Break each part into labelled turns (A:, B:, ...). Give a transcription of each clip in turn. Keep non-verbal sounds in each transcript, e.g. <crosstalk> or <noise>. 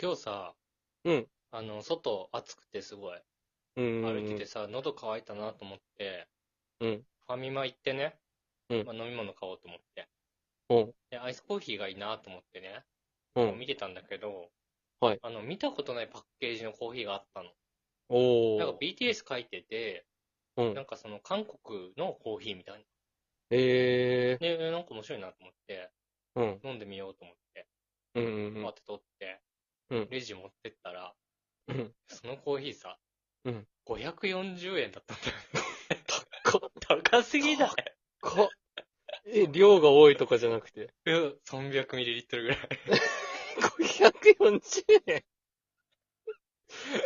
A: 今日さ、
B: うん。
A: あの、外暑くてすごい。
B: うん。
A: 歩いててさ、喉乾いたなと思って、
B: うん。
A: ファミマ行ってね、
B: うん
A: まあ、飲み物買おうと思って。
B: うん。
A: で、アイスコーヒーがいいなと思ってね、
B: うん。
A: 見てたんだけど、
B: はい
A: あの、見たことないパッケージのコーヒーがあったの。
B: お
A: なん
B: ー
A: か。BTS 書いてて、
B: うん
A: なんかその韓国のコーヒーみたいな。
B: え
A: で、えなんか面白いなと思って、
B: ー。うん。
A: 飲んでみようと思って、
B: うん
A: パって取って、
B: うん
A: レジ持ってったら、
B: うんうん。
A: そのコーヒーさ、
B: うん
A: 540円だったんだよね。高高すぎない
B: かえ、量が多いとかじゃなくて。
A: うん、300ミリリットルぐらい。
B: 540円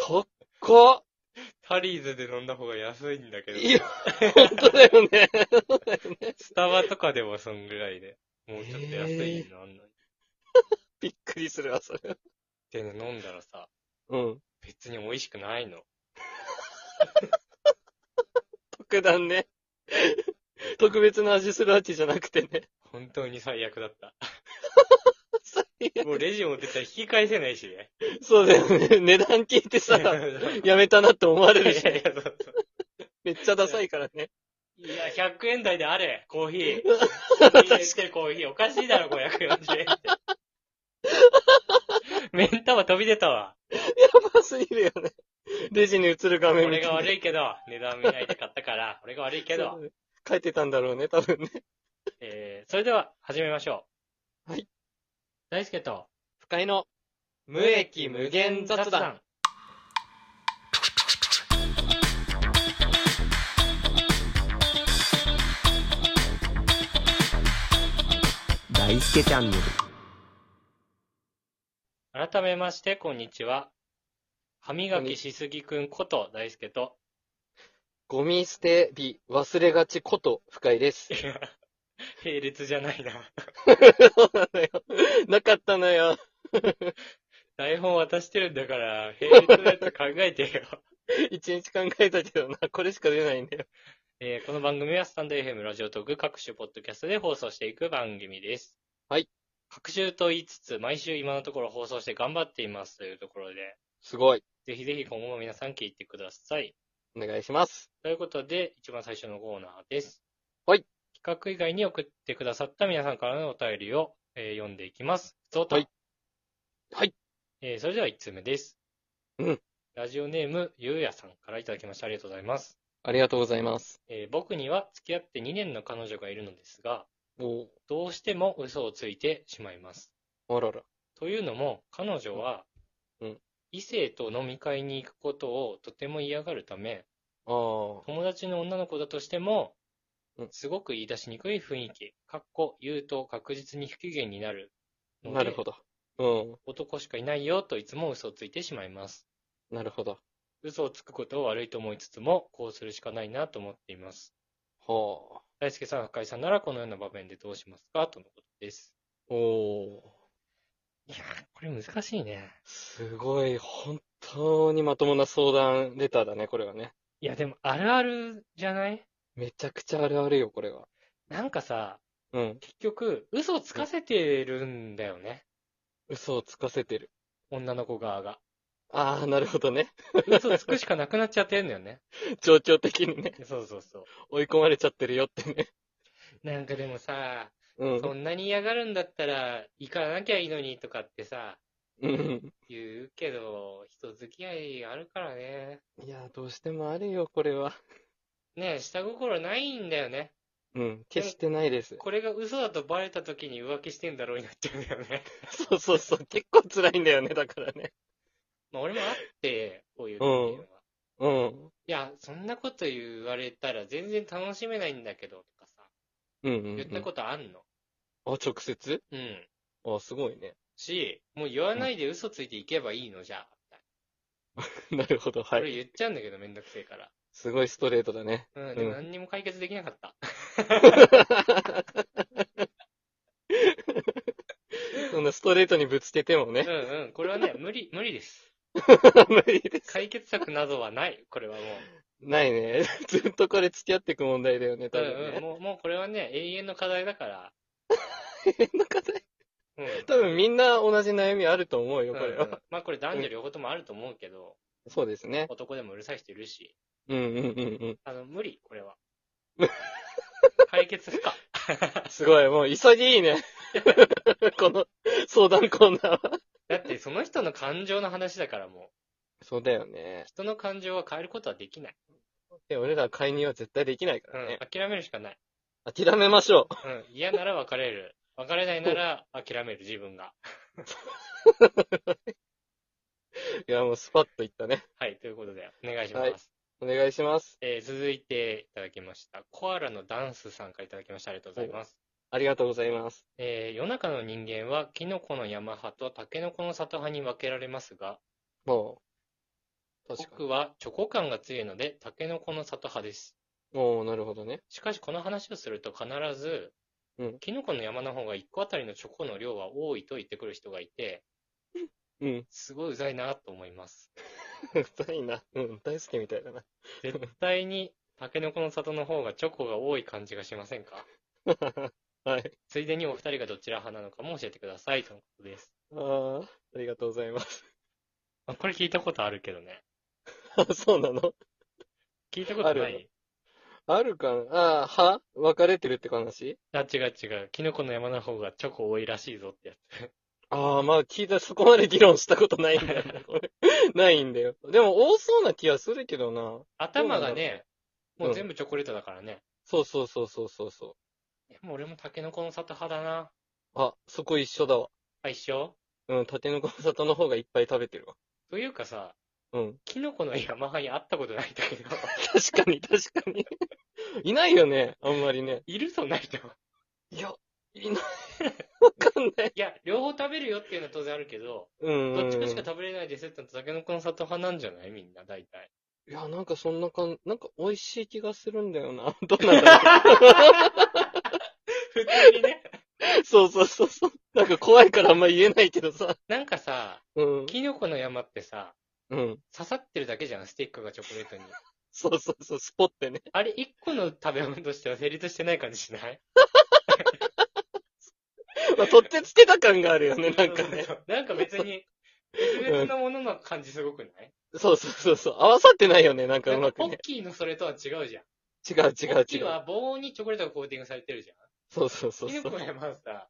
B: 高っ
A: タリーズで飲んだ方が安いんだけど、
B: いや、本当だよね。
A: スタバとかでもそんぐらいで、もうちょっと安いのあんのに。
B: びっくりするわ、それ。
A: でね、飲んだらさ、
B: うん。
A: 別に美味しくないの。
B: 特段ね。特別な味するわけじゃなくてね。
A: 本当に最悪だった。
B: 最悪
A: もうレジ持ってたら引き返せないしね。
B: そうだよね。値段聞いて
A: <laughs>
B: さ
A: い、やいやい
B: やめたなって思われるし、
A: やそうそう
B: めっちゃダサいからね。
A: いや、100円台であれ、コーヒ
B: <laughs>
A: ー。
B: 確か
A: 入れてコーヒー。おかしいだろ、540円
B: <laughs>
A: って。目ん玉飛び出たわ。
B: パすぎるよね。レジに映る画面
A: 俺が
B: い
A: 悪いけど、値段見ないで買ったから、俺が悪いけど。。
B: 書いてたんだろうね、多分ね。
A: えー、それでは、始めましょう。
B: はい。
A: 大輔と、
B: 不快の無益無限雑談。。
C: 大輔チャンネル
A: 改めまして、こんにちは。歯磨きしすぎくんこと、大輔と。 <laughs>
B: ゴミ捨て日忘れがちこと不快です。
A: いや並列じゃないな。
B: そうなのよ。なかったのよ。
A: 台本渡してるんだから、並列のやつ考えてよ。
B: 一日考えたけどな、これしか出ないんだよ。
A: えーこの番組はスタンド FM ラジオトーク各種ポッドキャストで放送していく番組です。
B: はい。
A: 各種と言いつつ、毎週今のところ放送して頑張っていますというところで、
B: すごい。
A: ぜひぜひ今後も皆さん聞いてください。
B: お願いします。
A: ということで、一番最初のコーナーです。
B: はい。
A: 企画以外に送ってくださった皆さんからのお便りを、えー読んでいきます。ゾ
B: はいはい。
A: えーそれでは1通目です。
B: うん。
A: ラジオネーム、ゆうやさんからいただきました。ありがとうございます。
B: ありがとうございます。
A: えー僕には付き合って2年の彼女がいるのですが、
B: お
A: どうしても嘘をついてしまいます。
B: あらら。
A: というのも、彼女は
B: うん、
A: 異性と飲み会に行くことをとても嫌がるため、
B: ああ。
A: 友達の女の子だとしても
B: うん、
A: すごく言い出しにくい雰囲気、かっこ言うと確実に不機嫌になるので
B: なるほど。う
A: 男しかいないよといつも嘘をついてしまいます。
B: ん。なるほど。
A: 嘘をつくことを悪いと思いつつも、こうするしかないなと思っています。
B: はあ。
A: 大輔さん、深井さんならこのような場面でどうしますかとのことです。
B: おー。
A: いやー、これ難しいね。
B: すごい、本当にまともな相談レターだね、これはね。
A: いや、でも、あるあるじゃない
B: めちゃくちゃあるあるよ、これは。
A: なんかさ、
B: うん。
A: 結局、嘘をつかせてるんだよね。
B: 嘘をつかせてる。
A: 女の子側が。
B: ああ、なるほどね。
A: 嘘をつくしかなくなっちゃってんだよね。
B: 状況的にね、 <laughs>
A: そうそうそう。
B: 追い込まれちゃってるよってね。
A: なんかでもさ、
B: うん。
A: そんなに嫌がるんだったら、行かなきゃいいのにとかってさ、
B: うん。
A: 言うけど、人付き合いあるからね。
B: いや、どうしてもあるよ、これは。
A: ねえ、下心ないんだよね。
B: うん。決してないです。
A: これが嘘だとバレた時に浮気してんだろうになっちゃうんだよね。
B: そうそうそう。結構辛いんだよね、だからね。
A: まあ俺もあって、こういう経験は。
B: うん。
A: いや、そんなこと言われたら全然楽しめないんだけど、とかさ、
B: うんうん、うん。
A: 言ったことあんの。
B: あ、直接
A: うん。
B: あ、すごいね。
A: し、もう言わないで嘘ついていけばいいのじゃあ。
B: <laughs> なるほど、は
A: 俺
B: い。
A: 言っちゃうんだけど、めんどくせえから。
B: すごいストレートだね。
A: うん、でも
B: うん
A: 何にも解決できなかった。
B: <laughs> そんなストレートにぶつけても
A: うん
B: ね、
A: うん、これはね、無理、無理です。
B: <laughs> 無理です。
A: 解決策などはない、これ
B: <laughs>
A: はもう。
B: ないね。 <laughs> ずっとこれ付き合っていく問題だよね、多 <laughs>
A: う
B: 分
A: んうん、
B: ね。
A: もう、もうこれはね、永遠の課題だから。
B: 変な課題。
A: うん。
B: 多分みんな同じ悩みあると思うよ、これ
A: う
B: は
A: ん。うんまあこれ男女両方ともあると思うけど、
B: そうですね。
A: 男でもうるさい人いるし、
B: うんうんうん
A: あの、無理、こ
B: <laughs>
A: れは。解決不可。
B: うん。すごい、もう潔いね。 <laughs> この相談コーナーは。
A: だってその人の感情の話だからもう、
B: そうだよね。
A: 人の感情は変えることはできない。
B: で俺ら介入は絶対できないか
A: う
B: ら
A: ん
B: ね。。
A: 諦めるしか
B: <laughs>
A: ない。
B: 諦めましょ
A: うん。嫌なら別れる。別れないなら諦める、自分が。
B: う。いや、もうスパッといったね。
A: はい、ということで、お願いします。
B: はいお願いします。
A: えー続いていただきました。コアラのダンスさんからいただきました。ありがとうございます。
B: ありがとうございます。
A: えー世の中の人間は、キノコの山派とタケノコの里派に分けられますが、
B: もう。確かに。
A: 僕はチョコ感が強いので、タケノコの里派です。
B: おー、なるほどね。
A: しかし、この話をすると必ず、
B: うん
A: キノコの山の方が1個あたりのチョコの量は多いと言ってくる人がいて、
B: うん。
A: すごいうざいなと思います。
B: うざいな。うん、大好きみたいだな。 <laughs>
A: 絶対に、タケノコの里の方がチョコが多い感じがしませんか
B: はい。
A: ついでにお二人がどちら派なのかも教えてください、とのことです。
B: あー、ありがとうございます。 <laughs>
A: あこれ聞いたことあるけどね。
B: あ、そうなの
A: 聞いたことな
B: あ
A: い
B: るあるかなあー、は別れてるって話
A: あ違う違う。キノコの山の方がチョコ多いらしいぞってや
B: ああ、まあ聞いた、そこまで議論したことないんだよ <laughs> ね、これ。ないんだよ。でも多そうな気はするけどな。
A: つ。頭がね、
B: そう
A: も
B: なんだ
A: う全部チョコレートだからね。
B: そうそうそうそうそうそ
A: いやもう俺もタケノコの里派だな。
B: う。あ、そこ一緒だわ。
A: あ、一緒
B: うん、タケノコの里の方がいっぱい食べてるわ。
A: というかさ、
B: うん。 <laughs>
A: キノコの山派に会ったことないんだけど、
B: 確かに、確かに。 <laughs> いないよね、あんまりね。
A: いるそんな人。
B: いや、い <laughs> ない。わかんない。
A: いや、両方食べるよっていうのは当然あるけど、
B: うん。
A: どっちかしか食べれないですってのとタケノコの里派なんじゃないみんな、大
B: <laughs>
A: 体。
B: いや、なんかそんな感じ、なんか美味しい気がするんだよな。 <laughs> どうなんだろ
A: 普通にね。 <laughs>
B: う。そうそうそうそう。なんか怖いからあんま言えないけどさ。
A: なんかさ、
B: うん。
A: キノコの山ってさ、
B: うん。
A: 刺さってるだけじゃん、スティックがチョコレートに。
B: そうそうそう、スポってね。
A: あれ、一個の食べ物としては成立してない感じしない
B: まあ、取ってつけた感があるよね、なんかね。
A: なんか別に、別々のものの感じすごくない、
B: そうそうそうそう。合わさってないよね、なんかう
A: な
B: ま
A: んかポ
B: く
A: ッ
B: ね。
A: キーのそれとは違うじゃん。
B: 違う違
A: ポ
B: う
A: ッキ
B: 違
A: ー
B: う。
A: は棒にチョコレートがコーティングされてるじゃん。
B: そうそうそう
A: キノ
B: そ
A: コ
B: う。
A: の山は <laughs> さ、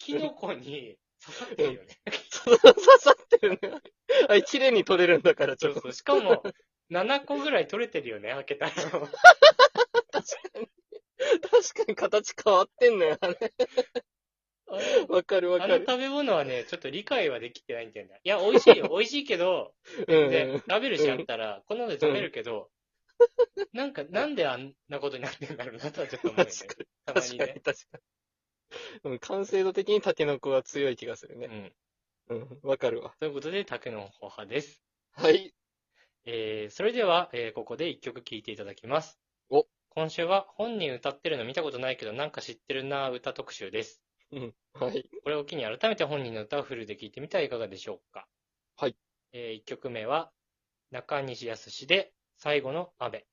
A: キノコに刺さってるよね。
B: 刺さってるね。あれ、綺麗に取れるんだから、ち
A: そ
B: ょ
A: う
B: っと。
A: そう。しかも、7個ぐらい取れてるよね、開けたら。
B: 確かに形変わってんのよ、あれ。
A: あれ
B: わかるわ
A: あ
B: か
A: の
B: る。
A: 食べ物はね、ちょっと理解はできてないんだよね。いや、美味し <laughs> いよ、美味しいけど、
B: うん
A: で
B: う、
A: 食べるしあったら、こんなので食べるけど、なんか、なんであんなことになってんだろうなとはちょっと
B: ん。
A: 思うよね
B: 確。かに、
A: たま
B: 確
A: に
B: か
A: ね
B: に、確。かに。うん、完成度的にタケノコは強い気がする
A: う
B: ね。
A: ん。
B: うん、わかるわ。
A: ということで、竹の穂派です。
B: はい。
A: えー、それでは、えー、ここで一曲聴いていただきます。
B: お
A: 今週は、本人歌ってるの見たことないけど、なんか知ってるなぁ歌特集です。
B: うん、はい。
A: これを機に改めて本人の歌をフルで聴いてみてはいかがでしょうか。
B: はい。
A: えー、一曲目は、中西康で、最後の雨。